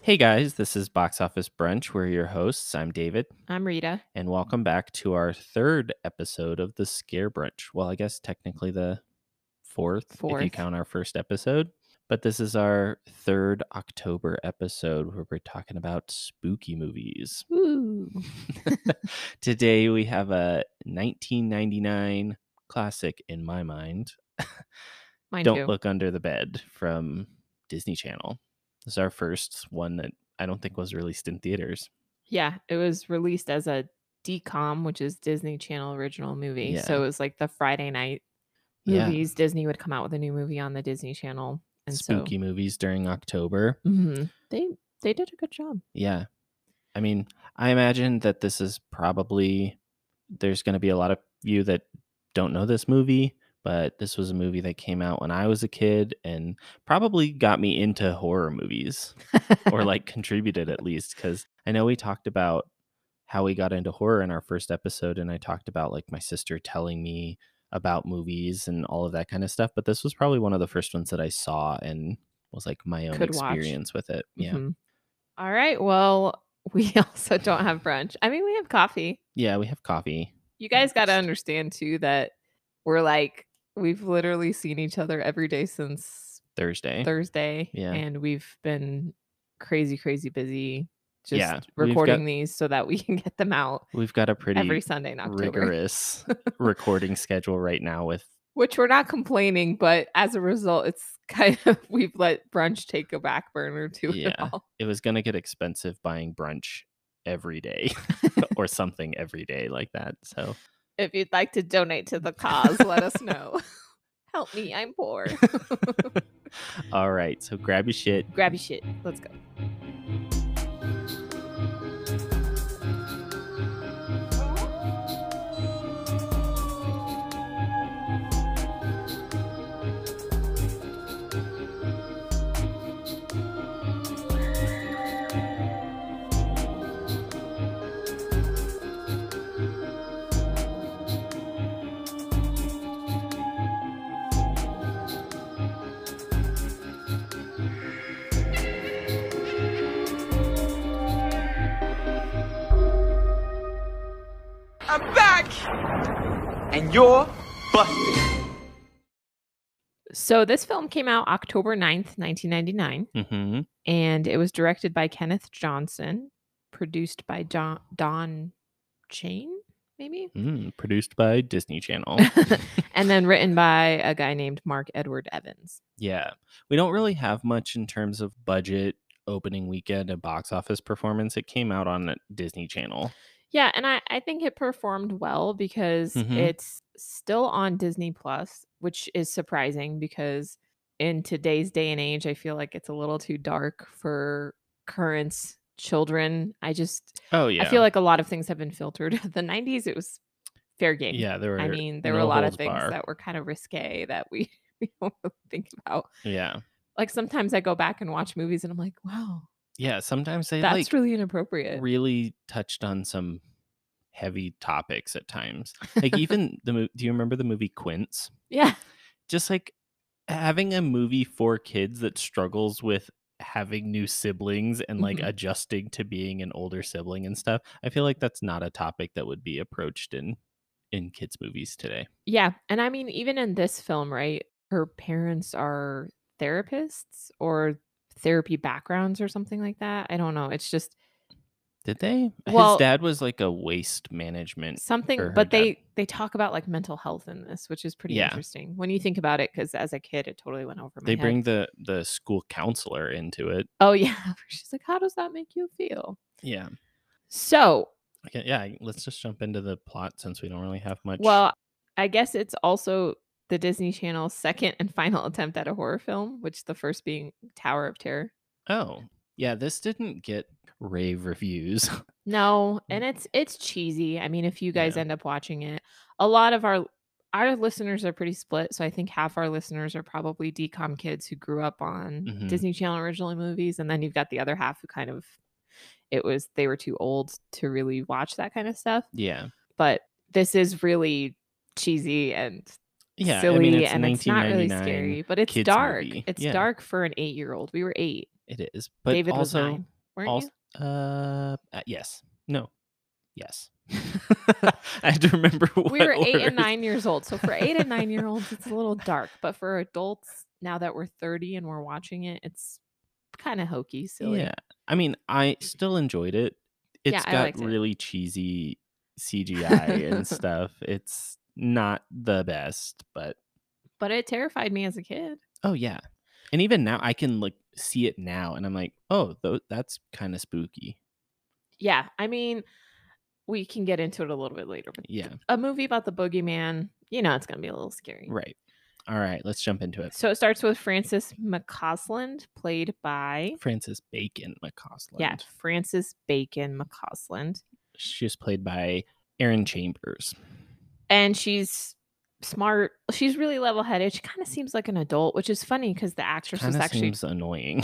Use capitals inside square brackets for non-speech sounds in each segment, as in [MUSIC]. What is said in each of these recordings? Hey guys, this is Box Office Brunch. We're your hosts. I'm David, I'm Rita. and welcome back to our third episode of the Scare Brunch. Well, I guess technically the fourth, if you Fourth. count our first episode, but this is our third October episode where we're talking about spooky movies. [LAUGHS] Ooh. Today we have a 1999 classic in my mind, Mine Don't too. Look Under the Bed from Disney Channel. This is our first one that I don't think was released in theaters. Yeah, it was released as a DCOM, which is Disney Channel original movie. Yeah. So it was like the Friday night Yeah. movies. Disney would come out with a new movie on the Disney Channel, and Spooky movies during October. so Mhm. they they did a good job. Yeah. I mean, I imagine that this is probably there's going to be a lot of you that don't know this movie, but this was a movie that came out when I was a kid and probably got me into horror movies. [LAUGHS] or [LAUGHS] like contributed at least because i know we talked about how we got into horror in our first episode and i talked about like my sister telling me about movies and all of that kind of stuff but this was probably one of the first ones that i saw and was like my own Could watch. experience with it yeah Mhm. All right. Well, [LAUGHS] we also don't have brunch. I mean, we have coffee. yeah we have coffee You guys got to Yes. understand too that we're like we've literally seen each other every day since thursday [LAUGHS] Thursday. Yeah. And we've been crazy, crazy busy just Yeah, we've recording got- these so that we [LAUGHS] can get them out we've got a pretty every Sunday in October. [LAUGHS] rigorous recording schedule right now with Which we're not complaining, but as a result, it's [LAUGHS] kind of we've let brunch take a back burner to it Yeah. all. it was going to get expensive buying brunch every day [LAUGHS] or something every day like that so [LAUGHS] If you'd like to donate to the cause, let [LAUGHS] us know. [LAUGHS] Help me, I'm poor. All right, so grab your shit. Grab your shit. Let's go. I'm back! And you're busted. So this film came out October 9th, 1999. Mm-hmm. and it was directed by Kenneth Johnson, produced by Don, Don Chain, maybe, Mm, produced by Disney [LAUGHS] Channel. and then written by a guy named Mark Edward Evans. yeah, we don't really have much in terms of budget, opening weekend, and box office performance. It came out on Disney Channel. Yeah, and I, I think it performed well because Mhm. it's still on Disney Plus, which is surprising because in today's day and age, I feel like it's a little too dark for current children. I just Oh yeah, I feel like a lot of things have been filtered. [LAUGHS] the '90s, it was fair game. yeah, there were. I mean, there were a no lot of holds things barred. that were kind of risque that we, [LAUGHS] we don't really think about. yeah, Like sometimes I go back and watch movies and I'm like, wow, yeah. Sometimes they that's like really inappropriate. really touched on some heavy topics at [LAUGHS] times. Like even the mo- do you remember the movie Quince? yeah. just like having a movie for kids that struggles with having new siblings and like Mhm. adjusting to being an older sibling and stuff. I feel like that's not a topic that would be approached in in kids movies today. Yeah. And I mean, even in this film, right? Her parents are therapists or therapy backgrounds or something like that. I don't know. It's just Did they? His Well- dad was like a waste management. or something her dad. but they they talk about like mental health in this which is pretty Yeah. interesting when you think about it because as a kid it totally went over my They head. bring the the school counselor into it. oh yeah [LAUGHS] she's like how does that make you feel Yeah. so Okay, yeah, I- let's just jump into the plot since we don't really have much. Well, I guess it's also the Disney Channel's second and final attempt at a horror film, which the first being Tower of Terror. oh, yeah, this didn't get rave reviews. No, and it's it's cheesy. I mean, if you guys Yeah. end up watching it, a lot of our our listeners are pretty split. So I think half our listeners are probably DCOM kids who grew up on Mhm. Disney Channel original movies, and then you've got the other half who kind of it was they were too old to really watch that kind of stuff. yeah. But this is really cheesy and [LAUGHS] Yeah, silly I mean it's and it's not really 1999. scary, but it's kids dark. movie. It's Yeah. dark for an eight year old. We were eight. It is, but David was also nine. weren't Also, [LAUGHS] you? uh, uh, yes, no, [LAUGHS] yes. [LAUGHS] I had to remember what We were eight order. and nine years old. So for eight and [LAUGHS] nine year olds, it's a little dark. But for adults, now that we're 30 and we're watching it, it's kind of hokey, silly. Yeah, I mean, I still enjoyed it. It's Yeah, I got liked it. really cheesy CGI [LAUGHS] and stuff. It's not the best, but But it terrified me as a kid. oh yeah. And even now, I can like see it now, and I'm like, oh, tho- that's kind of spooky. Yeah. I mean, we can get into it a little bit later. But Yeah, a movie about the boogeyman, you know, it's going to be a little scary. right. All right, let's jump into it. So it starts with Francis McCausland, played by Frances Bacon McCausland. yeah Francis Bacon McCausland, she was played by Erin Chambers. and she's smart. She's really level-headed. She kind of seems like an adult, which is funny because the actress Kind was of actually seems annoying.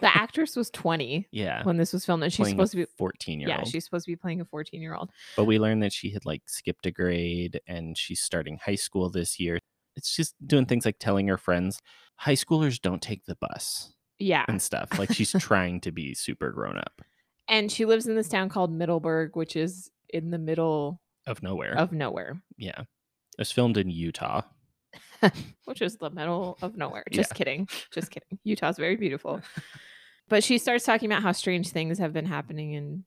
the actress was twenty [LAUGHS] yeah, when this was filmed, and she's playing supposed to be. fourteen-year-old. Yeah, she's supposed to be playing a 14 year old. But we learned that she had like skipped a grade and she's starting high school this year. It's just doing things like telling her friends, high schoolers don't take the bus Yeah. and stuff. Like [LAUGHS] she's trying to be super grown up And she lives in this town called Middleburg, which is in the middle of nowhere. of nowhere, [LAUGHS] yeah. It was filmed in Utah. which is the middle of nowhere. Yeah. Just kidding. Just kidding. Utah's [LAUGHS] very beautiful. But she starts talking about how strange things have been happening in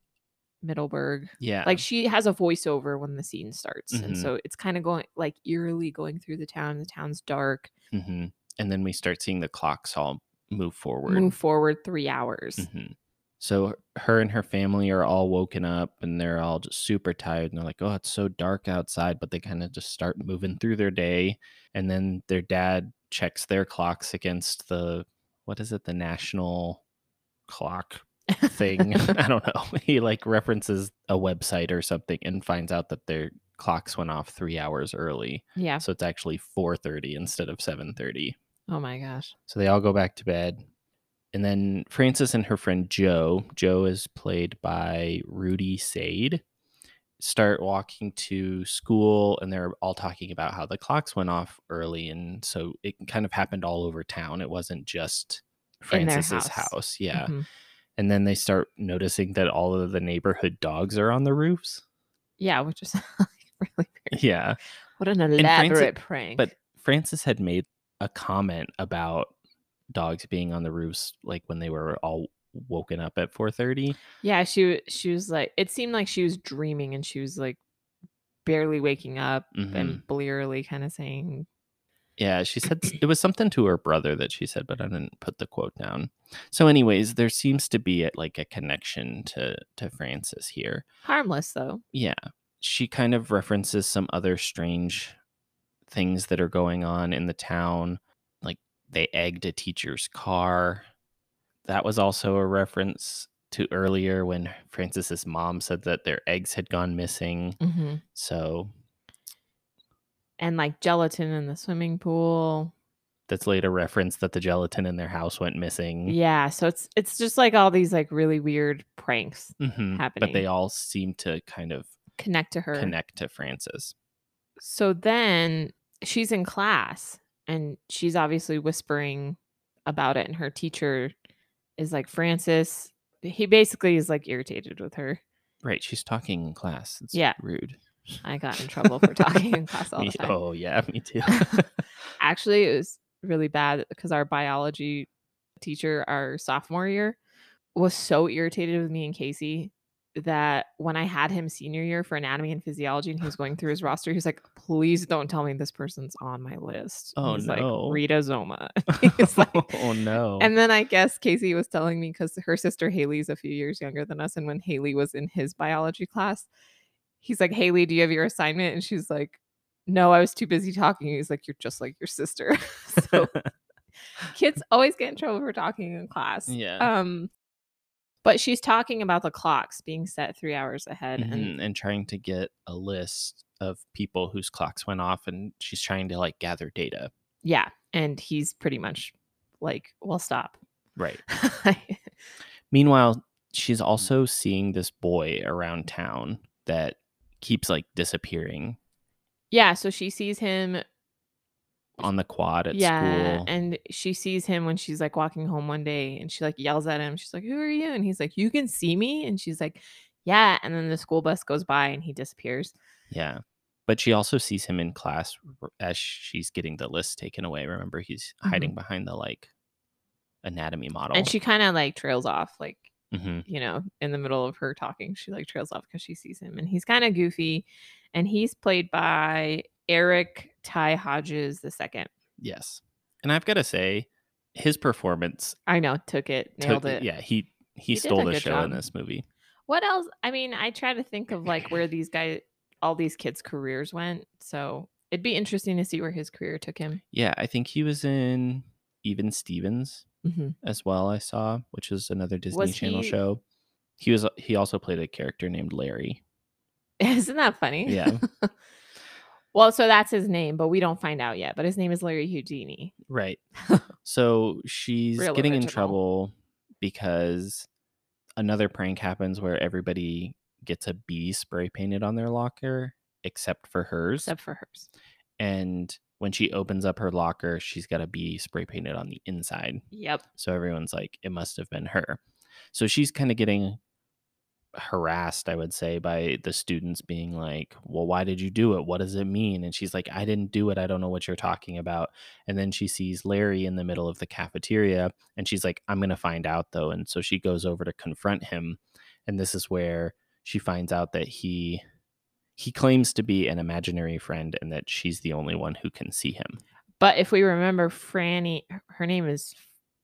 Middleburg. Yeah. Like she has a voiceover when the scene starts. And Mhm. so it's kind of going like eerily going through the town. The town's dark. hmm and then we start seeing the clocks all move forward. Move forward three hours. Mhm. So her and her family are all woken up and they're all just super tired and they're like, "Oh, it's so dark outside," but they kind of just start moving through their day and then their dad checks their clocks against the what is it? The national clock thing. [LAUGHS] I don't know. He like references a website or something and finds out that their clocks went off 3 hours early. yeah. So it's actually 4:30 instead of 7:30. Oh my gosh. So they all go back to bed. And then Frances and her friend Joe, Joe is played by Rudy Sade, start walking to school and they're all talking about how the clocks went off early. And so it kind of happened all over town. It wasn't just In their Frances's house. house. Yeah. Mhm. And then they start noticing that all of the neighborhood dogs are on the roofs. [LAUGHS] Yeah. Which is [LAUGHS] like really weird. Yeah. What an Francis- elaborate prank. But Francis had made a comment about dogs being on the roofs, like when they were all woken up at 4.30 Yeah, she w- she was like it seemed like she was dreaming and she was like barely waking up Mm-hmm. and blearily kind of saying yeah she said s- it [CLEARS THROAT] was something to her brother that she said but i didn't put the quote down so anyways there seems to be like a connection to to francis here harmless though. yeah she kind of references some other strange things that are going on in the town like they egged a teacher's car that was also a reference to earlier when francis's mom said that their eggs had gone missing so And like gelatin in the swimming pool. that's later reference that the gelatin in their house went missing Yeah, so it's it's just like all these like really weird pranks Mhm. but they happening. all seem to kind of connect to her. connect to francis So then she's in class and she's obviously whispering about it and her teacher is like Francis he basically is like irritated with her. right she's talking in class it's Yeah. rude I got in trouble for talking in [LAUGHS] class all Me- the time. oh yeah me [LAUGHS] too [LAUGHS] actually it was really bad because our biology teacher our sophomore year was so irritated with me and casey that when i had him senior year for anatomy and physiology and he was going through his roster he was like please don't tell me this person's on my list Oh, He's no. like rita zoma [LAUGHS] He's like- oh no and then i guess casey was telling me because her sister haley's a few years younger than us and when haley was in his biology class he's like haley do you have your assignment and she's like no i was too busy talking he's like you're just like your sister [LAUGHS] so [LAUGHS] kids always get in trouble for talking in class. Yeah. Um, but she's talking about the clocks being set three hours ahead, and Mhm, and trying to get a list of people whose clocks went off and she's trying to like gather data yeah, and he's pretty much like, "Well, stop." [LAUGHS] right Mm-hmm. meanwhile she's also seeing this boy around town that keeps like disappearing yeah, so she sees him on the quad at yeah, school. and she sees him when she's like walking home one day, and she like yells at him. She's like, "Who are you?" And he's like, "You can see me." And she's like, "Yeah." And then the school bus goes by, and he disappears. yeah. But she also sees him in class r- as she's getting the list taken away. Remember, he's hiding behind the like anatomy model. And she kind of like trails off, like Mhm. you know, in the middle of her talking, she like trails off because she sees him, and he's kind of goofy, and he's played by Eric Ty Hodges the second. Yes. And I've got to say, his performance I know, took it, took- nailed it. Yeah, he he, He did stole a the good show in job. this movie. What else? I mean, I try to think of like where these guys, all these kids' careers went. So it'd be interesting to see where his career took him. [LAUGHS] Yeah, I think he was in Even Stevens as well. I saw, which is another Disney Was Channel he- show. He was he also played a character named [LAUGHS] Larry. Isn't that funny? Yeah. well, so that's his name, but we don't find out yet. But his name is Larry Houdini. [LAUGHS] Right. so she's Real getting in original. trouble because another prank happens where everybody gets a bee spray painted on their locker except for hers. Except for hers. And when she opens up her locker, she's got a bee spray painted on the inside. Yep. So everyone's like, it must have been her. So she's kind of getting harassed, I would say, by the students being like, well, why did you do it? What does it mean? And she's like, I didn't do it. I don't know what you're talking about. And then she sees Larry in the middle of the cafeteria and she's like, I'm going to find out though. And so she goes over to confront him. And this is where she finds out that he. He claims to be an imaginary friend and that she's the only one who can see him. But if we remember, Franny, her- her name is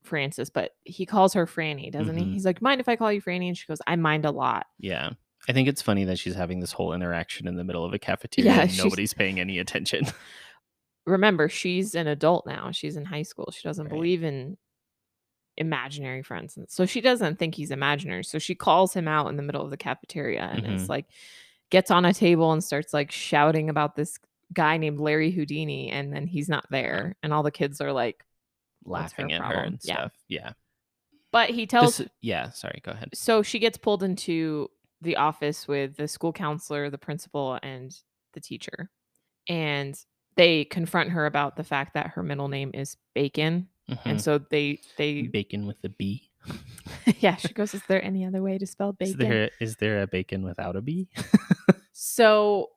Frances, but he calls her Franny, doesn't Mhm. he? He's like, mind if I call you Franny? And she goes, I mind a lot. Yeah. I think it's funny that she's having this whole interaction in the middle of a cafeteria Yeah, and she's- nobody's paying any [LAUGHS] attention. [LAUGHS] Remember, she's an adult now. She's in high school. She doesn't Right. believe in imaginary friends. and So she doesn't think he's imaginary. So she calls him out in the middle of the cafeteria and Mm-hmm. it's like, gets on a table and starts like shouting about this guy named Larry Houdini. And then he's not there. And all the kids are like, What's her laughing at her problem? and Yeah. stuff. Yeah. but he tells This, yeah. Sorry. Go ahead. so she gets pulled into the office with the school counselor, the principal, and the teacher. And they confront her about the fact that her middle name is Bacon. And so they they Mhm. Mm-hmm. Bacon with a B. [LAUGHS] [LAUGHS] yeah, she goes, Is there any other way to spell Is bacon? there is there a bacon without a B? [LAUGHS] So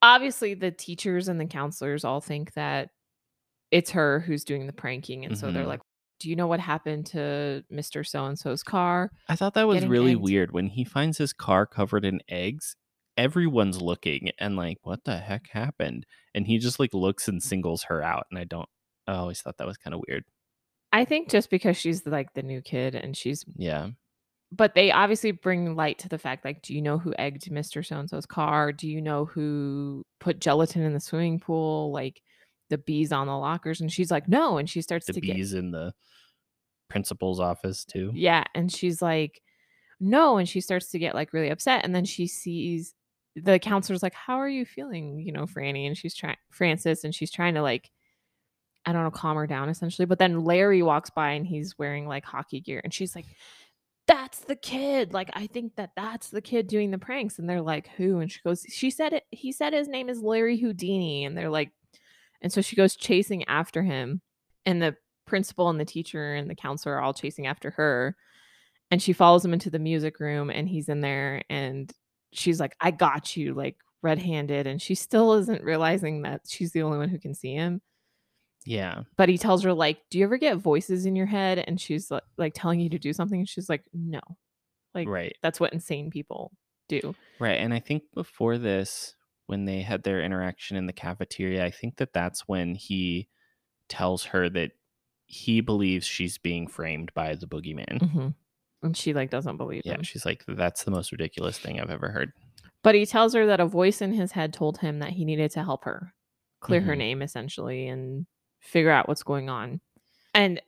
obviously the teachers and the counselors all think that it's her who's doing the pranking. And so they're Mhm. like, Do you know what happened to Mr. So and so's car? I thought that was Getting really egged. weird when he finds his car covered in eggs. Everyone's looking and like, what the heck happened? And he just like looks and singles her out. And I don't. I always thought that was kind of weird. I think just because she's like the new kid and she's Yeah. but they obviously bring light to the fact like do you know who egged mr so and so's car do you know who put gelatin in the swimming pool like the bees on the lockers and she's like no and she starts The to get bees in the principal's office too. yeah and she's like no and she starts to get like really upset and then she sees the counselor's like how are you feeling you know franny and she's trying francis and she's trying to like i don't know calm her down essentially but then larry walks by and he's wearing like hockey gear and she's like that's the kid like i think that that's the kid doing the pranks and they're like who and she goes she said it he said his name is larry houdini and they're like and so she goes chasing after him and the principal and the teacher and the counselor are all chasing after her and she follows him into the music room and he's in there and she's like i got you like red-handed and she still isn't realizing that she's the only one who can see him Yeah. but he tells her like do you ever get voices in your head and she's like, like telling you to do something and she's like no like right. that's what insane people do Right. And I think before this, when they had their interaction in the cafeteria, I think that that's when he tells her that he believes she's being framed by the boogeyman. Mm-hmm. and she like doesn't believe Yeah. him She's like, that's the most ridiculous thing I've ever heard. but he tells her that a voice in his head told him that he needed to help her clear her Mhm. name essentially and figure out what's going on and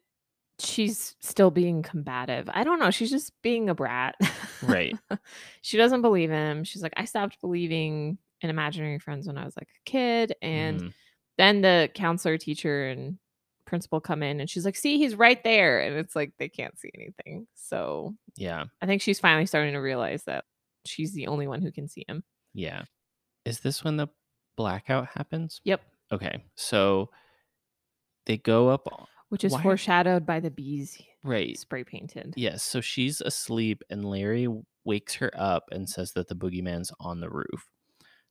she's still being combative i don't know she's just being a brat Right. [LAUGHS] she doesn't believe him she's like i stopped believing in imaginary friends when i was like a kid and Mhm. then the counselor teacher and principal come in and she's like see he's right there and it's like they can't see anything so yeah. i think she's finally starting to realize that she's the only one who can see him Yeah. Is this when the blackout happens? yep Okay. So they go up on- which is Why- foreshadowed by the bees right. spray painted. Yes, so she's asleep and Larry w- wakes her up and says that the boogeyman's on the roof.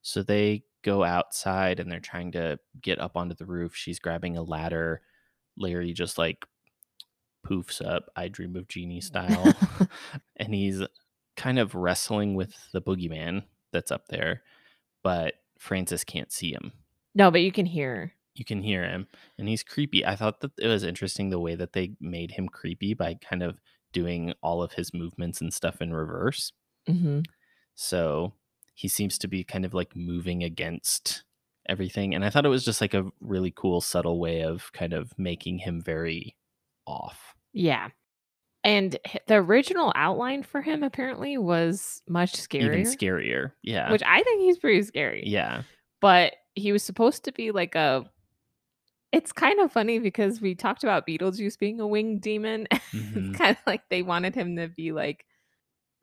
So they go outside and they're trying to get up onto the roof. She's grabbing a ladder. Larry just like poofs up, I dream of genie style. and he's kind of wrestling with the boogeyman that's up there, but Francis can't see him. No, but you can hear. You can hear him and he's creepy. I thought that it was interesting the way that they made him creepy by kind of doing all of his movements and stuff in reverse. Mm-hmm. So he seems to be kind of like moving against everything. And I thought it was just like a really cool, subtle way of kind of making him very off. Yeah. And h- the original outline for him apparently was much scarier, Even scarier. Yeah. which I think he's pretty scary. [LAUGHS] yeah. But he was supposed to be like a. It's kind of funny because we talked about Beetlejuice being a winged demon. [LAUGHS] Mhm. it's kind of like they wanted him to be like,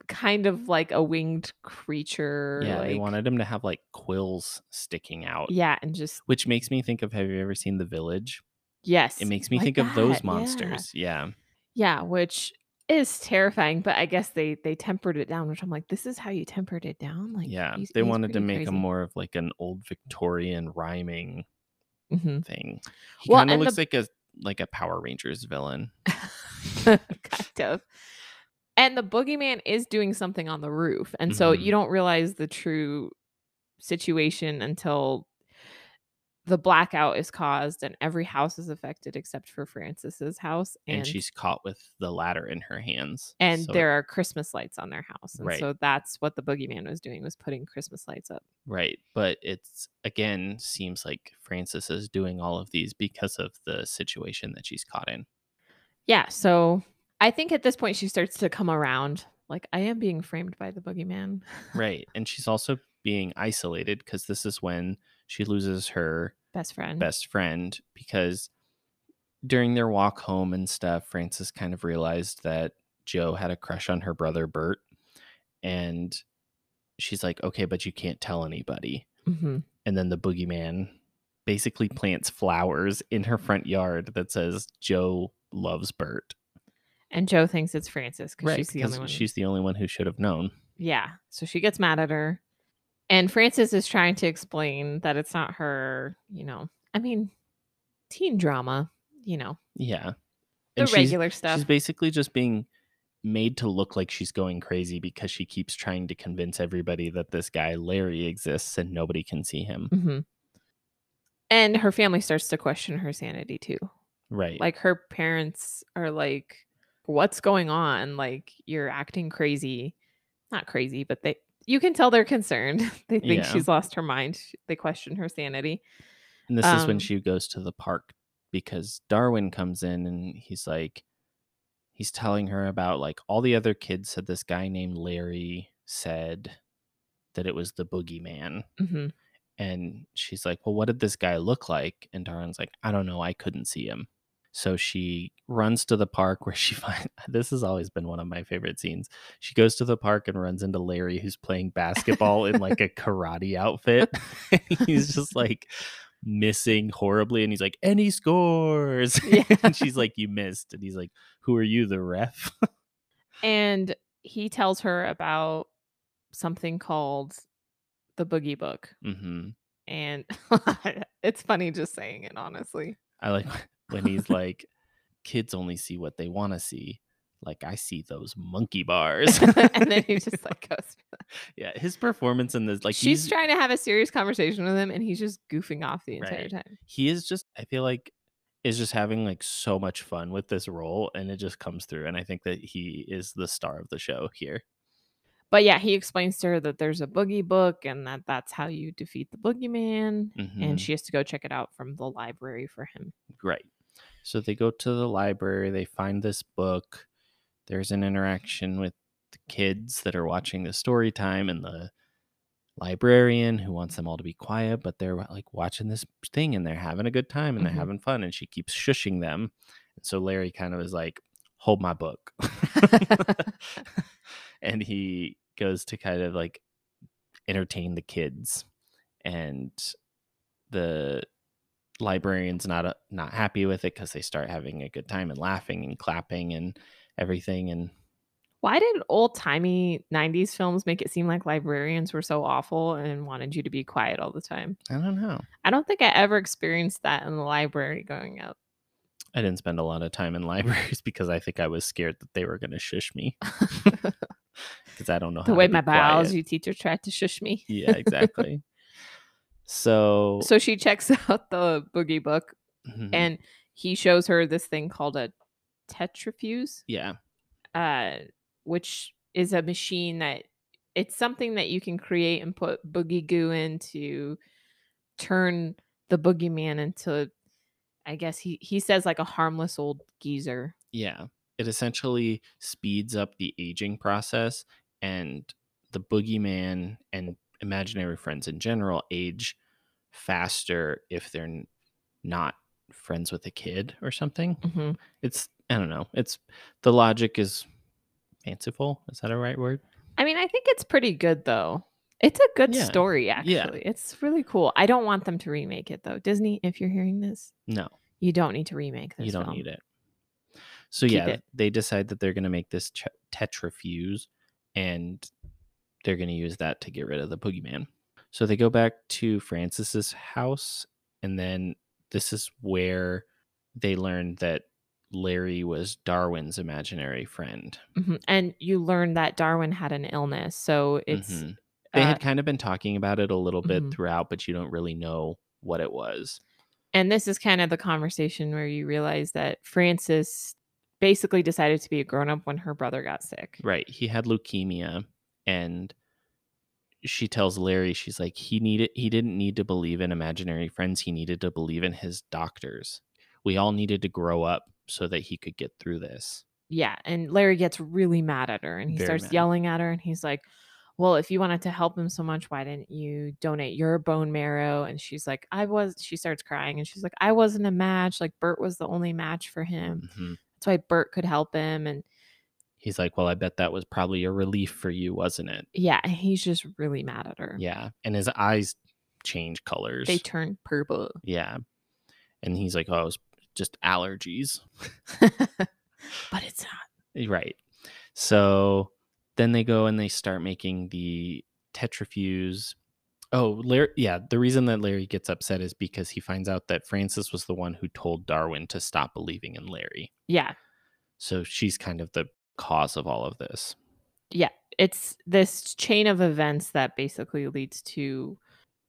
kind of like a winged creature. Yeah. they like- wanted oh, him to have like quills sticking out. Yeah, and just Which makes me think of have you ever seen The Village? yes, It makes me like think of that, those yeah. monsters. Yeah. Yeah, which is terrifying, but I guess they they tempered it down, which I'm like, this is how you tempered it down. Like, yeah he's- they he's wanted to pretty make him crazy. more of like an old victorian rhyming Mhm. thing he Well, kind of and the- looks like a like a power rangers villain [LAUGHS] kind of. And the boogeyman is doing something on the roof, and so Mhm. you don't realize the true situation until the blackout is caused and every house is affected except for Francis's house and, she's caught with the ladder in her hands and so it- there are christmas lights on their house and Right. so that's what the boogeyman was doing was putting christmas lights up right but it's again seems like francis is doing all of these because of the situation that she's caught in yeah so i think at this point she starts to come around like i am being framed by the boogeyman right and she's also being isolated because this is when she loses her best friend best friend because during their walk home and stuff, Frances kind of realized that Joe had a crush on her brother Bert. And she's like, okay, but you can't tell anybody. Mhm. And then the boogeyman basically plants flowers in her front yard that says, Joe loves Bert. and joe thinks it's francis because she's the because only one she's the only one who should have known. yeah so she gets mad at her and francis is trying to explain that it's not her you know i mean teen drama you know Yeah. the And she's, regular stuff She's basically just being made to look like she's going crazy because she keeps trying to convince everybody that this guy Larry exists and nobody can see him. Mhm. and her family starts to question her sanity too Right. Mm-hmm. like her parents are like what's going on like you're acting crazy not crazy but they you can tell they're concerned [LAUGHS] they Yeah. think she's lost her mind Sh- they question her sanity and this is when um, she goes to the park because Darwin comes in and he's like he's telling her about like all the other kids said this guy named Larry said that it was the boogeyman. hmm And she's like, Well, what did this guy look like? And Darren's like, I don't know. I couldn't see him. So she runs to the park where she [LAUGHS] finds this has always been one of my favorite scenes. She goes to the park and runs into Larry, who's playing basketball in like a karate outfit. [LAUGHS] he's just like missing horribly. And he's like, And he scores. Yeah. [LAUGHS] and she's like, You missed. And he's like, Who are you, the ref? and he tells her about something called the boogie book hmm and [LAUGHS] it's funny just saying it honestly I [LAUGHS] like [LAUGHS] when he's like, kids only see what they want to see. Like I see those monkey bars. [LAUGHS] [LAUGHS] and then he just like goes yeah, his performance in this, like she's he's, trying to have a serious conversation with him and he's just goofing off the entire Right. time he is just, I feel like, is just having like so much fun with this role, and it just comes through. And I think that he is the star of the show here. But yeah, he explains to her that there's a boogie book and that that's how you defeat the boogeyman. Mhm. And she has to go check it out from the library for him. Right. So they go to the library, they find this book. There's an interaction with the kids that are watching the story time and the librarian who wants them all to be quiet, but they're like watching this thing and they're having a good time and Mhm. they're having fun and she keeps shushing them. And so Larry kind of is like, "Hold my book." [LAUGHS] and he goes to kind of like entertain the kids and the librarian's not uh, not happy with it because they start having a good time and laughing and clapping and everything and Why did old timey 90s films make it seem like librarians were so awful and wanted you to be quiet all the time? I don't know. I don't think I ever experienced that in the library going up. I didn't spend a lot of time in [LAUGHS] libraries because I think I was scared that they were going to shush [LAUGHS] me [LAUGHS] because I don't know the how way to my be quiet. biology teacher tried to shush me. Yeah, exactly. so, [LAUGHS] So she checks [LAUGHS] out the boogie book Mhm. and he shows her this thing called a tetrafuse, yeah, uh, which is a machine that it's something that you can create and put boogie goo in to turn the boogeyman into I guess he, he says like a harmless old geezer. yeah, it essentially speeds up the aging process, and the boogeyman and imaginary friends in general age faster if they're n- not friends with a kid or something. Mm-hmm. It's I don't know. It's the logic is fanciful. Is that a right word? I mean, I think it's pretty good though. It's a good Yeah. story, actually. It's really cool. I don't want them to remake it though. Disney, if you're hearing this, No. you don't need to remake this. you don't film. need it. So Keep yeah, it. they decide that they're going to make this ch- tetrafuse, and they're going to use that to get rid of the boogeyman. So they go back to Francis's house, and then this is where they learn that Larry was Darwin's imaginary friend. Mhm. And you learn that Darwin had an illness, so it's Mhm. they uh, had kind of been talking about it a little bit Mhm. throughout, but you don't really know what it was. and this is kind of the conversation where you realize that Frances basically decided to be a grown up when her brother got sick. Right. He had leukemia and she tells Larry she's like he needed he didn't need to believe in imaginary friends, he needed to believe in his doctors. We all needed to grow up so that he could get through this. Yeah, and Larry gets really mad at her and he Very starts mad. yelling at her and he's like, "Well, if you wanted to help him so much, why didn't you donate your bone marrow?" And she's like, "I was." She starts crying and she's like, "I wasn't a match. Like Bert was the only match for him. Mhm. That's why Bert could help him." And He's like, "Well, I bet that was probably a relief for you, wasn't it?" yeah, and he's just really mad at her. Yeah. And his eyes change colors. They turn purple. [LAUGHS] yeah. And he's like, "Oh, it was just allergies." [LAUGHS] but it's not. Eh, Right. So then they go and they start making the tetrafuse. Oh, Larry, yeah. The reason that Larry gets upset is because he finds out that Francis was the one who told Darwin to stop believing in Larry. Yeah. So she's kind of the cause of all of this. It's this chain of events that basically leads to,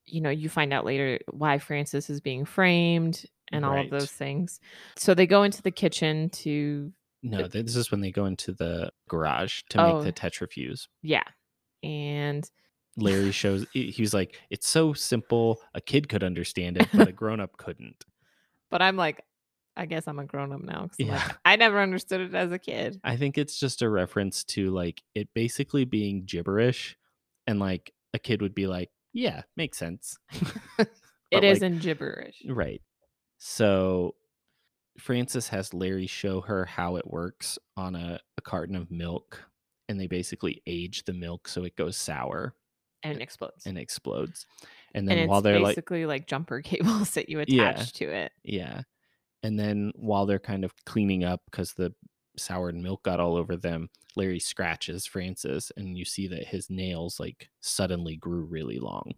you know, you find out later why Francis is being framed and all Right. of those things. So they go into the kitchen to, No, th- this is when they go into the garage to Oh. make the tetrafuse. yeah. And Larry shows, he he was like, it's so simple. A kid could understand it, but a grown up couldn't. but I'm like, I guess I'm a grown up now. 'cause I'm like, Yeah. I never understood it as a kid. I think it's just a reference to like it basically being gibberish and like a kid would be like, yeah, makes sense. [LAUGHS] It But, is like, Mm, in gibberish. Right. So Francis has Larry show her how it works on a, a carton of milk and they basically age the milk so it goes sour And explodes. And, and explodes. And then it's while they're like basically like, jumper [LAUGHS] cables that you attach Yeah. to it. Yeah. And then while they're kind of cleaning up because the soured milk got all over them, Larry scratches Francis and you see that his nails like suddenly grew really long.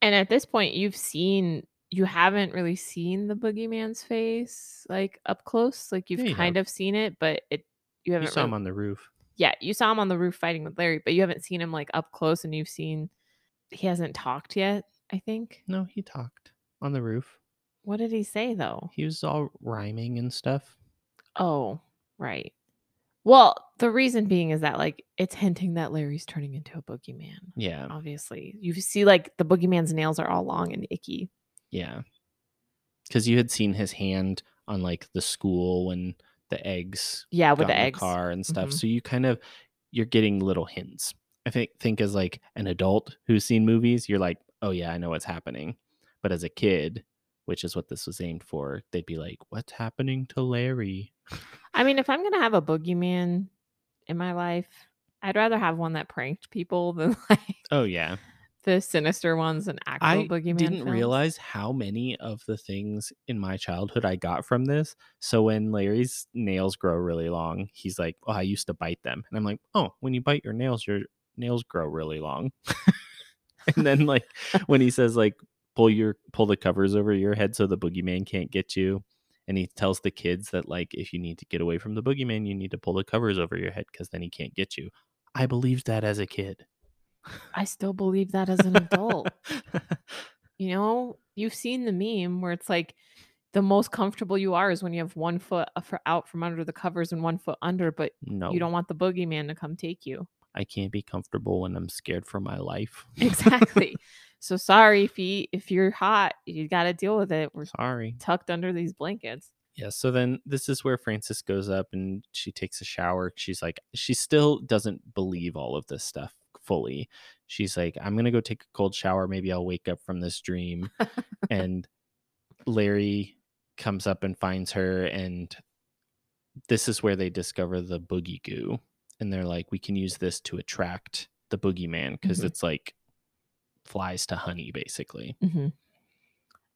And at this point, you've seen you haven't really seen the boogeyman's face like up close. Like you've Yeah, you kind of seen it, but it you haven't. You saw him really- on the roof. yeah, you saw him on the roof fighting with Larry, but you haven't seen him like up close, and you've seen he hasn't talked yet. I think. No, he talked on the roof. What did he say though? He was all rhyming and stuff. Oh, right. Well, the reason being is that like it's hinting that Larry's turning into a boogeyman. Yeah. Obviously, you see like the boogeyman's nails are all long and icky. Yeah. Cause you had seen his hand on like the school when the eggs Yeah, with got the in eggs. car and stuff. Mhm. So you kind of you're getting little hints. I think think as like an adult who's seen movies, you're like, oh yeah, I know what's happening. But as a kid, which is what this was aimed for, they'd be like, what's happening to Larry? I mean, if I'm gonna have a boogeyman in my life, I'd rather have one that pranked people than [LAUGHS] like Oh yeah, the sinister one's an actual I boogeyman. didn't film. realize how many of the things in my childhood I got from this. So when Larry's nails grow really long, he's like, "Oh, I used to bite them," and I'm like, "Oh, when you bite your nails, your nails grow really long." [LAUGHS] and then like when he says like pull your pull the covers over your head so the boogeyman can't get you, and he tells the kids that like if you need to get away from the boogeyman, you need to pull the covers over your head because then he can't get you. I believed that as a kid. I still believe that as an adult. you know, you've seen the meme where it's like the most comfortable you are is when you have one foot a- fr- out from under the covers and one foot under, but [LAUGHS] no, you don't want the boogeyman to come take you. [LAUGHS] I can't be comfortable when I'm scared for my life. [LAUGHS] Exactly. so sorry, feet. If you're hot, you got to deal with it. We're Sorry. tucked under these blankets. Yeah. So then this is where Frances goes up and she takes a shower. She's like, she still doesn't believe all of this stuff fully. She's like, I'm going to go take a cold shower. Maybe I'll wake up from this dream. and Larry comes up and finds her. And this is where they discover the boogie goo. And they're like, we can use this to attract the boogeyman because Mhm. it's like flies to honey, basically. Mhm.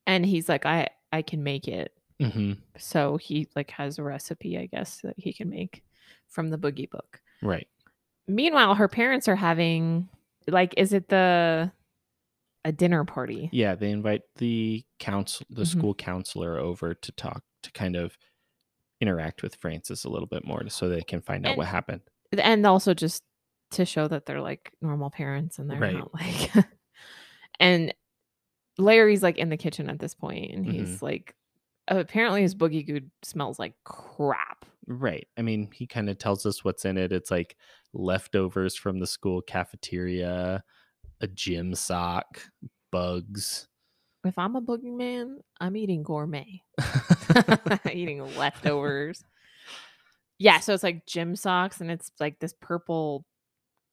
And he's like, I I can make it. hmm So he like has a recipe, I guess, that he can make from the boogie book. Right. Meanwhile, her parents are having like, is it the a dinner party? Yeah, they invite the council, the Mhm. school counselor over to talk to kind of interact with Francis a little bit more, so they can find out what And- happened. And also just to show that they're like normal parents and they're Right. not [LAUGHS] like and Larry's like in the kitchen at this point and he's like apparently his boogie goo smells like crap. Right. I mean, he kind of tells us what's in it. It's like leftovers from the school cafeteria, a gym sock, bugs. If I'm a boogeyman, I'm eating gourmet. [LAUGHS] eating leftovers. Yeah, so it's like gym socks and it's like this purple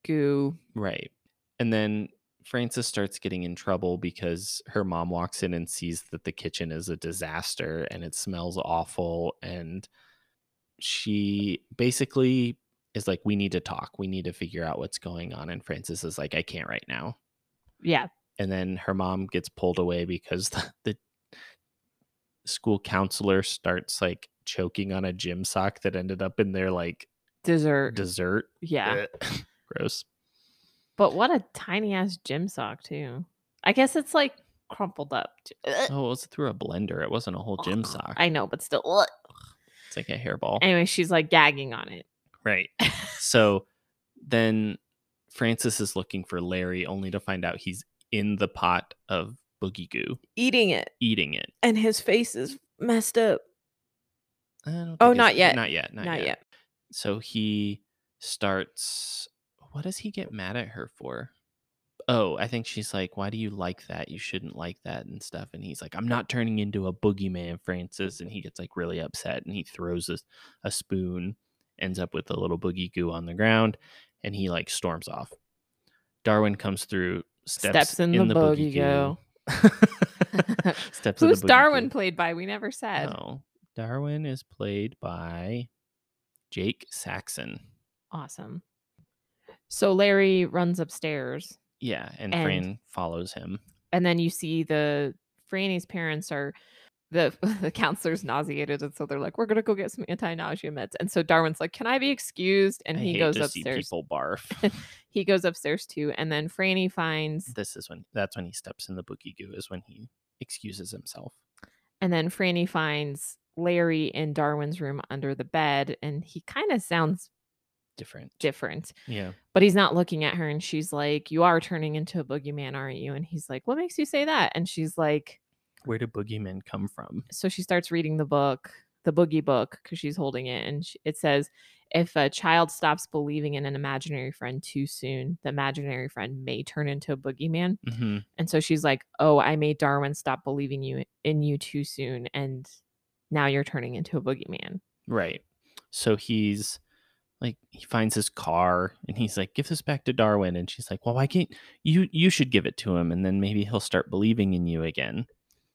goo. Right. And then Frances starts getting in trouble because her mom walks in and sees that the kitchen is a disaster and it smells awful. And she basically is like, We need to talk. We need to figure out what's going on. And Frances is like, I can't right now. Yeah. And then her mom gets pulled away because [LAUGHS] the, the school counselor starts like choking on a gym sock that ended up in their like Dessert. dessert. yeah. Ugh. [LAUGHS] Gross. But what a tiny ass gym sock too. I guess it's like crumpled up. t- Ugh. Oh, it was through a blender. It wasn't a whole gym sock. Oh, I know, but still. ugh. it's like a hairball. Anyway, she's like gagging on it. [LAUGHS] right. so then Francis is looking for Larry only to find out he's in the pot of boogie goo Eating it. eating it. And his face is messed up. I don't think Oh, it's- not yet. Not yet. Not, Not, yet. yet. So he starts what does he get mad at her for? Oh, I think she's like, "Why do you like that? You shouldn't like that and stuff." And he's like, "I'm not turning into a boogeyman, Francis." And he gets like really upset and he throws a, a spoon, ends up with a little boogie goo on the ground, and he like storms off. Darwin comes through, steps, Steps in the boogie goo. goo. [LAUGHS] steps in the Who's boogie Darwin goo. played by? We never said. No, Darwin is played by Jake Saxon. Awesome. So Larry runs upstairs, Yeah, and, And- Fran follows him. and then you see the Franny's parents are the [LAUGHS] the counselor's nauseated, and so they're like, "We're gonna go get some anti-nausea meds." And so Darwin's like, "Can I be excused?" And I he hate goes to upstairs. See people [LAUGHS] barf. He goes upstairs too, and then Franny finds, this is when that's when he steps in the boogie goo. Is when he excuses himself. and then Franny finds Larry in Darwin's room under the bed, and he kind of sounds Different. different. Yeah. but he's not looking at her and she's like you are turning into a boogeyman aren't you and he's like what makes you say that and she's like Where do boogeymen come from? so she starts reading the book the boogie book because she's holding it and she, it says if a child stops believing in an imaginary friend too soon the imaginary friend may turn into a boogeyman Mm-hmm. and so she's like oh i made darwin stop believing you in you too soon and now you're turning into a boogeyman Right. So he's like he finds his car and he's like, give this back to Darwin. And she's like, Well, why can't you you should give it to him and then maybe he'll start believing in you again.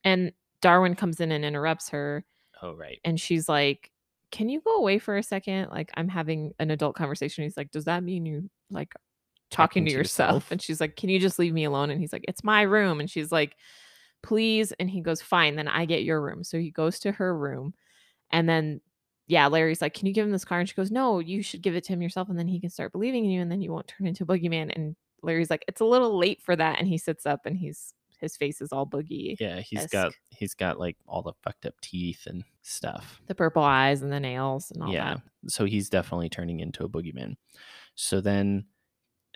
and darwin comes in and interrupts her Oh right. and she's like, "Can you go away for a second? Like I'm having an adult conversation." He's like, "Does that mean you like talking to yourself. And she's like, Can you just leave me alone? And he's like, It's my room. And she's like, Please. And he goes, Fine, then I get your room. So he goes to her room. And then, yeah, Larry's like, Can you give him this car? And she goes, No, you should give it to him yourself. And then he can start believing in you. And then you won't turn into a boogeyman. And Larry's like, It's a little late for that. And he sits up and he's, his face is all boogie. yeah, he's esque. got he's got like all the fucked up teeth and stuff. The purple eyes and the nails and all yeah. that. So he's definitely turning into a boogeyman. So then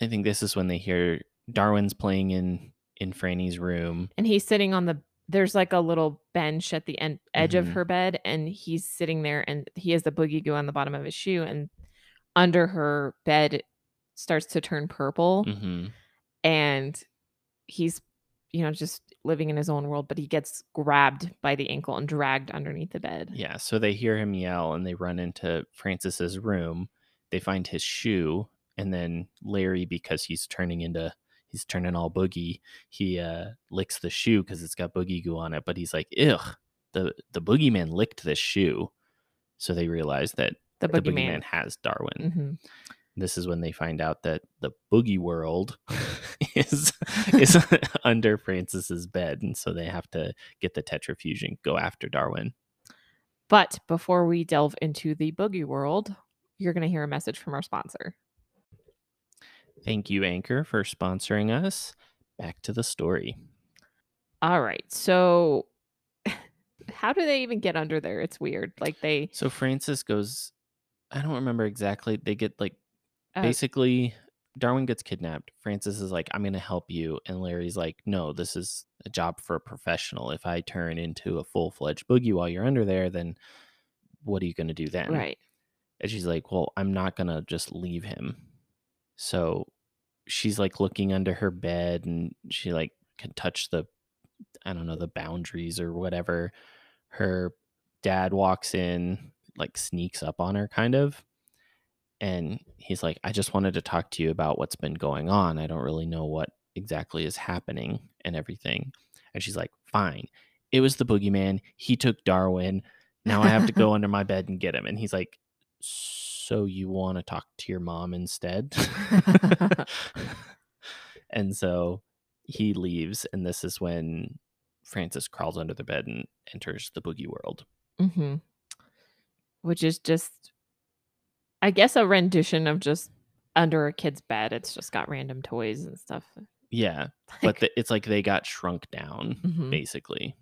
I think this is when they hear Darwin's playing in in Franny's room. And he's sitting on the there's like a little bench at the end edge Mhm. of her bed, and he's sitting there and he has the boogie goo on the bottom of his shoe, and under her bed starts to turn purple. Mhm. and he's you know just living in his own world but he gets grabbed by the ankle and dragged underneath the bed Yeah, so they hear him yell and they run into Francis's room. They find his shoe and then Larry because he's turning into he's turning all boogie, he uh licks the shoe cuz it's got boogie goo on it, but he's like, "Ugh, the the boogeyman licked this shoe." So they realize that the the boogeyman, boogeyman Mm. has Darwin. Mhm. this is when they find out that the boogie [LAUGHS] world is is [LAUGHS] under Francis's bed, and so they have to get the tetrafusion, go after Darwin. but before we delve into the boogie world you're going to hear a message from our sponsor Thank you, Anchor, for sponsoring us. Back to the story. all right so [LAUGHS] how do they even get under there it's weird like they So Francis goes. I don't remember exactly. They get like Uh, basically Darwin gets kidnapped. Francis is like, "I'm going to help you," and Larry's like, "No, this is a job for a professional. If I turn into a full fledged boogie while you're under there, then what are you going to do then?" right And she's like, Well, I'm not going to just leave him. So she's like looking under her bed and she like can touch the, I don't know, the boundaries or whatever. Her dad walks in, like sneaks up on her kind of. And he's like, I just wanted to talk to you about what's been going on. I don't really know what exactly is happening and everything. And she's like, Fine. It was the boogeyman. He took Darwin. Now I have to go under my bed and get him. And he's like, so you want to talk to your mom instead [LAUGHS] and so he leaves and this is when francis crawls under the bed and enters the boogie world hmm which is just i guess a rendition of just under a kid's bed it's just got random toys and stuff [LAUGHS] yeah but Like- the, it's like Mm-hmm. they got shrunk down Mhm. basically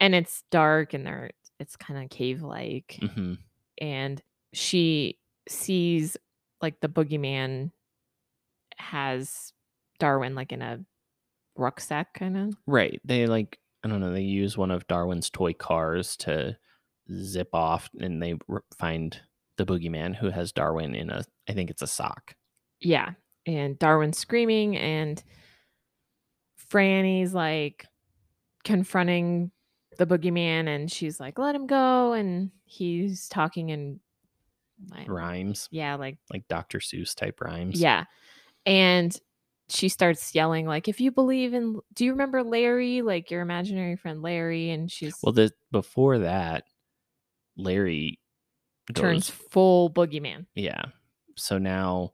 and it's dark and they're it's kind of cave like hmm and she sees like the boogeyman has darwin like in a rucksack kind of right they like i don't know they use one of darwin's toy cars to zip off and they r- find the boogeyman who has darwin in a i think it's a sock yeah and darwin's screaming and franny's like confronting the boogeyman and she's like let him go and he's talking in Eh. I- rhymes yeah like like dr seuss type rhymes Yeah. And she starts yelling, like, if you believe in, do you remember Larry? Like your imaginary friend Larry? And she's Well, the before that, Larry goes, turns full boogeyman. Yeah. So now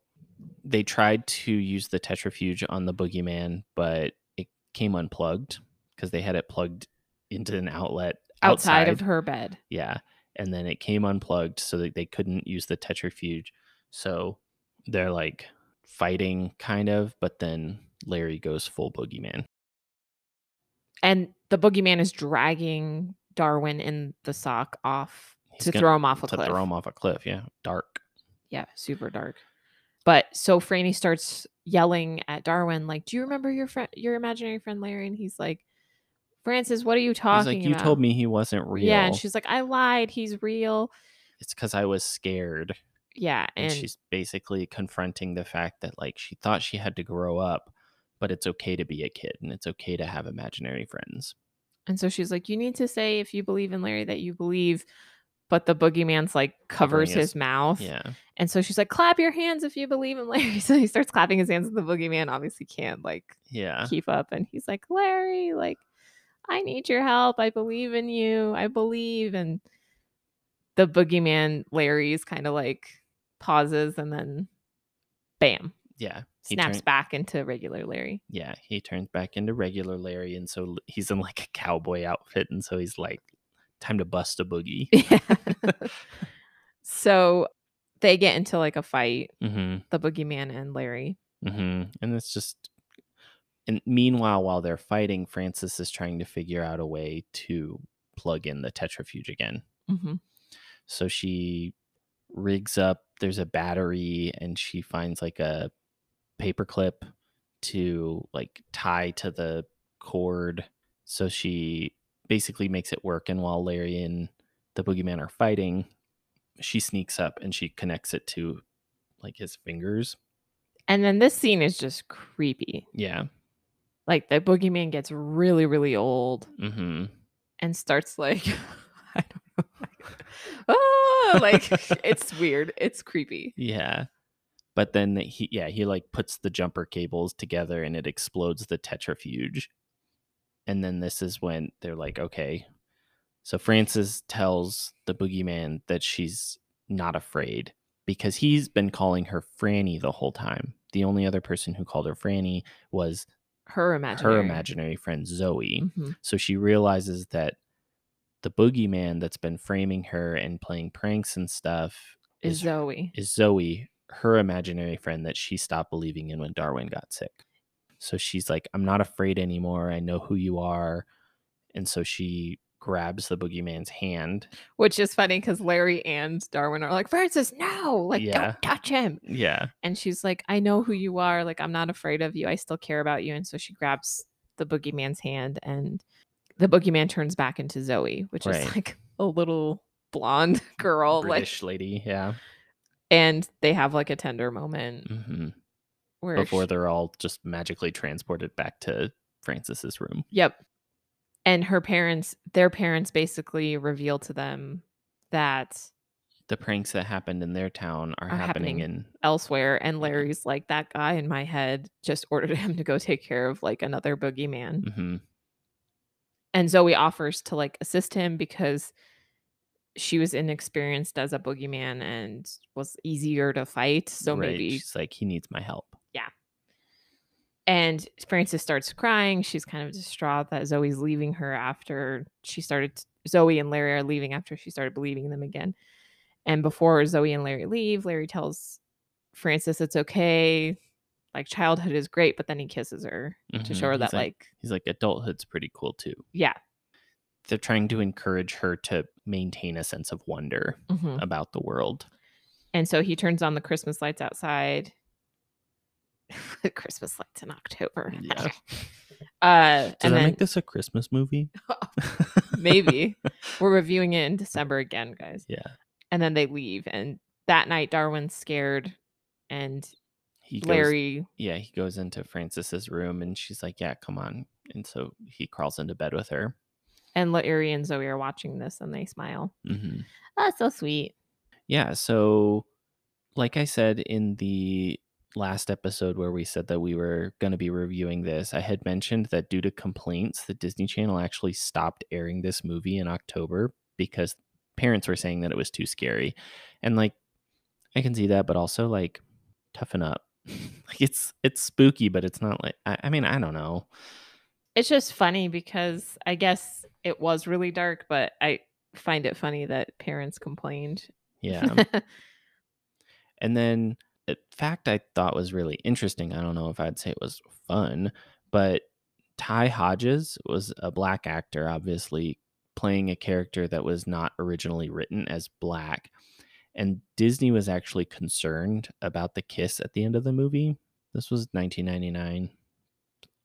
they tried to use the tetrafuge on the boogeyman, but it came unplugged because they had it plugged into an outlet Outside of her bed. Yeah. And then it came unplugged so that they couldn't use the tetrafuge. So they're like fighting kind of, but then Larry goes full boogeyman. And the boogeyman is dragging Darwin in the sock off He's to gonna- throw him off a to cliff. throw him off a cliff. Yeah. Dark. Yeah, super dark. But so Franny starts yelling at Darwin, like, do you remember your friend, your imaginary friend Larry? And he's like, Francis, what are you He's talking like, you about? told me he wasn't real. Yeah. And she's like, I lied. He's real. it's because I was scared. Yeah. And, she's basically confronting the fact that, like, she thought she had to grow up, but it's okay to be a kid and it's okay to have imaginary friends. And so she's like, You need to say if you believe in Larry that you believe. But the boogeyman's like covers his- his, mouth. Yeah. And so she's like, Clap your hands if you believe in Larry. [LAUGHS] So he starts clapping his hands, and the boogeyman obviously can't like Yeah. keep up. And he's like, Larry, like, I need your help. I believe in you. I believe. And the boogeyman, Larry's kind of like pauses and then bam, yeah, he snaps turn- back into regular [LAUGHS] Larry. yeah, he turns back into regular Larry, and so l- he's in like a cowboy outfit, and so he's like, time to bust a [LAUGHS] boogie. so they get into like a fight, mm-hmm, the boogeyman and Larry. mm-hmm. And it's just, and meanwhile, while they're fighting, Francis is trying to figure out a way to plug in the tetrafuge again. Mm-hmm. So she rigs up. There's a battery, and she finds like a paperclip to like tie to the cord. So she basically makes it work. And while Larry and the boogeyman are fighting, she sneaks up and she connects it to like his fingers. And then this scene is just creepy. Yeah. Like the boogeyman gets really, really old Mm-hmm. and starts like, [LAUGHS] I don't know. like, Oh, like [LAUGHS] it's weird. It's creepy. Yeah. But then he, yeah, he like puts the jumper cables together and it explodes the tetrafuge. And then this is when they're like, okay. So Francis tells the boogeyman that she's not afraid because he's been calling her Franny the whole time. The only other person who called her Franny was Her imaginary. her imaginary friend Zoe. Mhm. So she realizes that the boogeyman that's been framing her and playing pranks and stuff Is Zoe. is Zoe, her imaginary friend that she stopped believing in when Darwin got sick. So she's like, I'm not afraid anymore. I know who you are. And so she grabs the boogeyman's hand. Which is funny because Larry and Darwin are like, Francis, no, like Yeah. don't touch him. Yeah. And she's like, I know who you are. Like, I'm not afraid of you. I still care about you. And so she grabs the boogeyman's hand, and the boogeyman turns back into Zoe, which Right. is like a little blonde [LAUGHS] girl. British Like, lady. Yeah. and they have like a tender moment hmm where Before she- they're all just magically transported back to Francis's room. yep. And her parents, their parents basically reveal to them that The pranks that happened in their town are, Are happening, happening. in. elsewhere. And Larry's like, that guy in my head just [LAUGHS] ordered him to go take care of like another boogeyman. hmm and Zoe offers to like assist him because she was inexperienced as a boogeyman and was easier to fight. So Right. maybe She's like, he needs my help. and Frances starts crying. She's kind of distraught that Zoe's leaving her after she started Zoe and Larry are leaving after she started believing in them again. And before Zoe and Larry leave, Larry tells Frances it's okay. Like childhood is great, but then he kisses her to Mhm. show her He's that like He's like, adulthood's pretty cool too. yeah. They're trying to encourage her to maintain a sense of wonder. mhm. about the world. And so he turns on the Christmas lights outside. [LAUGHS] Christmas lights in October. [LAUGHS] Yeah. Uh, Did I and then Oh, make this a Christmas [LAUGHS] movie? maybe we're reviewing it in December again, guys. Yeah. And then they leave. And that night, Darwin's scared. And [LAUGHS] He goes, Larry, Yeah, he goes into Francis's room and she's like, "Yeah, come on." And so he crawls into bed with her. and Larry and Zoe are watching this and they smile. hmm Oh, so sweet. Yeah. So, like I said in the last episode where we said that we were going to be reviewing this, I had mentioned that due to complaints, the Disney Channel actually stopped airing this movie in October because parents were saying that it was too scary. And like, I can see that, but also like, toughen up. [LAUGHS] like it's it's spooky, but it's not like I, I mean I don't know. It's just funny because I guess it was really dark, but I find it funny that parents complained. Yeah. And then a fact I thought was really interesting. I don't know if I'd say it was fun, but Ty Hodges was a black actor, obviously playing a character that was not originally written as black. And Disney was actually concerned about the kiss at the end of the movie. This was 1999.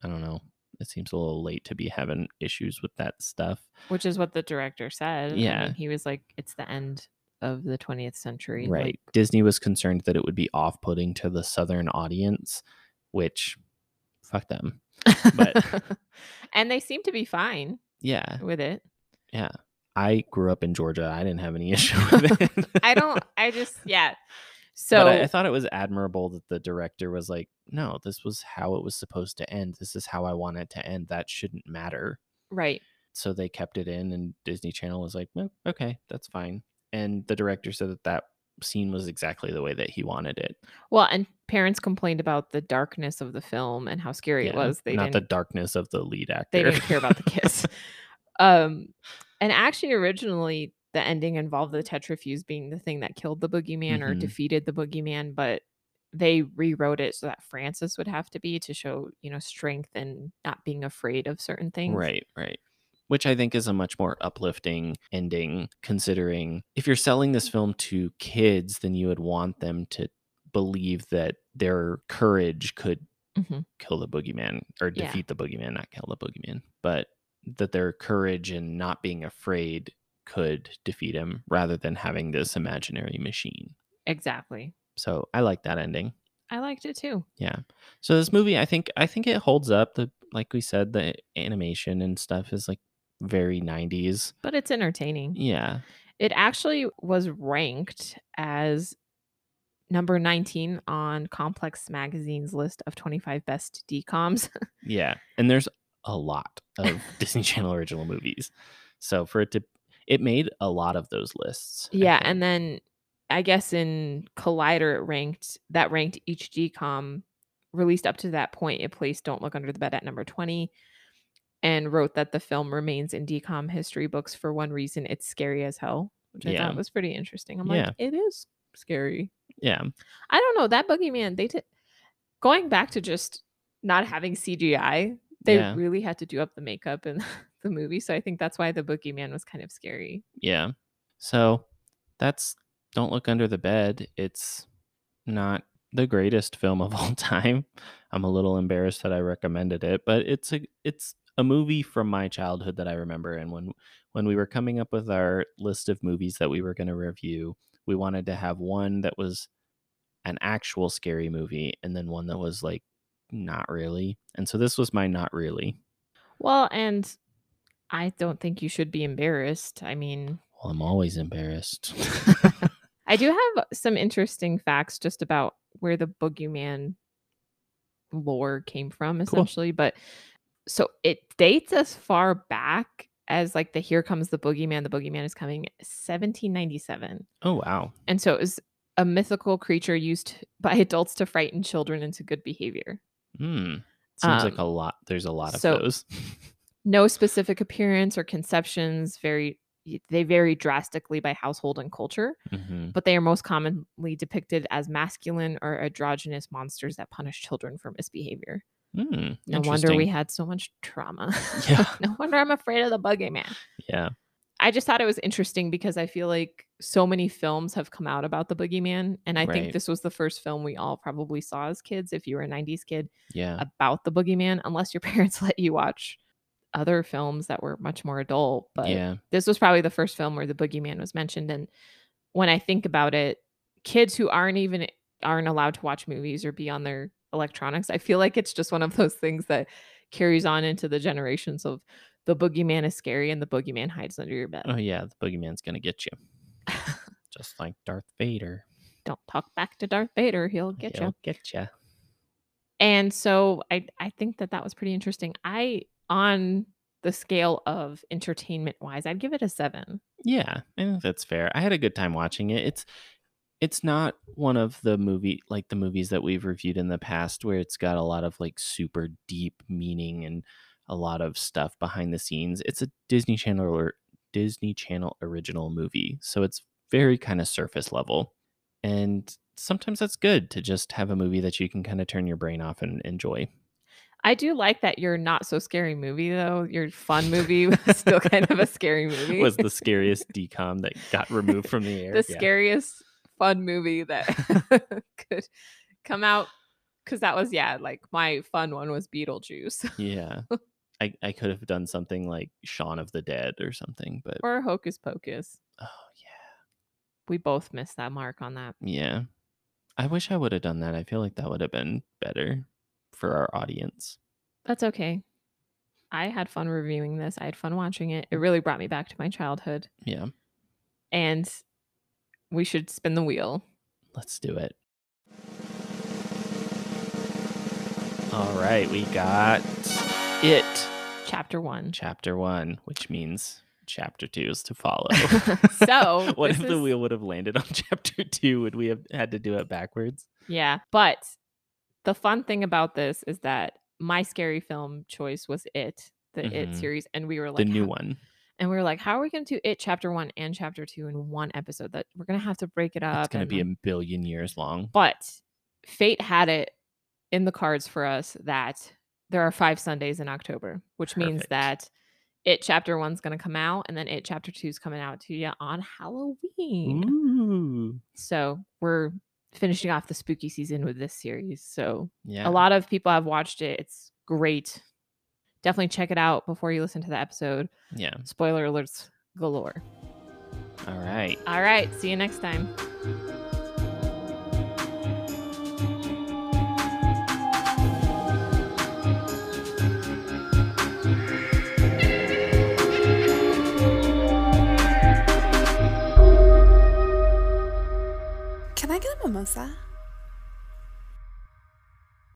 I don't know. It seems a little late to be having issues with that stuff. [LAUGHS] which is what the director said. I mean, Yeah. he was like, "It's the end of the 20th century." Right. like, Disney was concerned that it would be off putting to the Southern audience, which fuck them. But- [LAUGHS] and they seem to be fine Yeah. with it. I grew up in Georgia. I didn't have any [LAUGHS] issue [LAUGHS] with it. I don't. I just yeah. [LAUGHS] So But I, I thought it was admirable that the director was like, no, this was how it was supposed to end. This is how I want it to end. That shouldn't matter. right. So they kept it in, and Disney Channel was like, well, okay, that's fine. And the director said that that scene was exactly the way that he wanted it. Well, and parents complained about the darkness of the film and how scary it Yeah, was. They not didn't the darkness of the lead actor. they didn't [LAUGHS] care about the kiss. um, and actually, originally, the ending involved the tetrafuse being the thing that killed the boogeyman or Mhm. defeated the boogeyman, but they rewrote it so that Francis would have to be to show, you know, strength and not being afraid of certain things. Right, right. Which I think is a much more uplifting ending, considering if you're selling this film to kids, then you would want them to believe that their courage could Mhm. kill the boogeyman or Yeah. defeat the boogeyman, not kill the boogeyman, but that their courage and not being afraid could defeat him rather than having this imaginary machine. Exactly. So I like that ending. I liked it too. Yeah. So this movie, I think, I think it holds up. The like we said, the animation and stuff is like very '90s. But it's entertaining. Yeah. It actually was ranked as number 19 on Complex Magazine's list of 25 best [LAUGHS] DCOMs. Yeah. And there's a lot [LAUGHS] of Disney Channel original movies. So for it to, it made a lot of those lists. I yeah, think. and then I guess in Collider it ranked that ranked each DCOM released up to that point. It placed Don't Look Under the Bed at number 20 and wrote that the film remains in DCOM history books for one reason it's scary as hell, which I Yeah. thought was pretty interesting. I'm Yeah. like, it is scary. yeah. I don't know that boogeyman. They did going back to just not having CGI. They Yeah. really had to do up the makeup in [LAUGHS] the movie, so I think that's why the boogeyman was kind of scary. Yeah. So that's Don't Look Under the Bed. It's not the greatest film of [LAUGHS] all time. I'm a little embarrassed that I recommended it, but it's a it's a movie from my childhood that I remember and when when we were coming up with our list of movies that we were going to review, we wanted to have one that was an actual scary movie and then one that was like not really. And so this was my not really. Well, and I don't think you should be embarrassed. I mean, Well, I'm always embarrassed. I do have some interesting facts just about where the boogeyman lore came from, essentially. But so it dates as far back as like the "Here Comes the Boogeyman," the Boogeyman is coming, 1797. oh wow. And so it was a mythical creature used [LAUGHS] by adults to frighten children into good behavior. Hmm. Seems like a Um, lot. There's a lot of so- those. [LAUGHS] No specific appearance or conceptions vary they vary drastically by household and culture, Mhm. but they are most commonly depicted as masculine or androgynous monsters that punish children for misbehavior. Hmm, No wonder we interesting. had so much trauma. Yeah. [LAUGHS] no wonder I'm afraid of the boogeyman. Yeah. I just thought it was interesting because I feel like so many films have come out about the boogeyman. And I Right. think this was the first film we all probably saw as kids, if you were a 90s kid, Yeah. about the boogeyman, unless your [LAUGHS] parents let you watch other films that were much more adult. But Yeah. this was probably the first film where the boogeyman was mentioned. And when I think about it, kids who aren't even aren't allowed to watch movies or be on their electronics, I feel like it's just one of those things that carries on into the generations of the boogeyman is scary and the boogeyman hides under your bed. Oh yeah. The boogeyman's gonna get you, just like Darth Vader. [LAUGHS] Don't talk back to Darth Vader; he'll get you. Get you. And so I I think that that was pretty interesting. I on the scale of entertainment wise, I'd give it a 7. Yeah, I think that's fair. I had a good time watching it. It's it's not one of the movie like the movies that we've reviewed in the past where it's got a lot of like super deep meaning and a lot of stuff behind the scenes. It's a Disney Channel or Disney Channel original movie. So it's very kind of surface level. And sometimes that's good to just have a movie that you can kind of turn your brain off and enjoy. I do like that your not so scary movie though. Your fun movie was still [LAUGHS] kind of a scary movie. was the scariest decom that got removed from the air. the Yeah. scariest fun movie that [LAUGHS] could come out cuz that was yeah, like my fun one was Beetlejuice [LAUGHS] Yeah. I, I could have done something like Shaun of the Dead or something, but or Hocus Pocus. oh We both missed that mark on that. yeah. Yeah. I wish I would have done that. I feel like that would have been better for our audience. That's okay. I had fun reviewing this. I had fun watching it. It really brought me back to my childhood. Yeah. And we should spin the wheel. Let's do it. All right, we got it. Chapter one. Chapter 1, which means chapter two is to follow. [LAUGHS] So, [LAUGHS] what this if the is- wheel would have landed on [LAUGHS] chapter two? Would we have had to do it backwards? Yeah. But the fun thing about this is that my scary film choice was it, the it Mhm. series. And we were like, uh, the new "How- one. And we were like, how are we going to do it chapter one and chapter two in one episode? That we're going to have to break it up. It's going to and, be like- a billion years long. But fate had it in the cards for us that there are five Sundays in October, which means Perfect. that it chapter one's going to come out and then it chapter two's coming out to you on Halloween. Ooh. So we're finishing off the spooky season with this series. So Yeah. a lot of people have watched it. It's great. Definitely check it out before you listen to the episode. Yeah. Spoiler alerts galore. All right. All right. See you next time. Can I get a mimosa?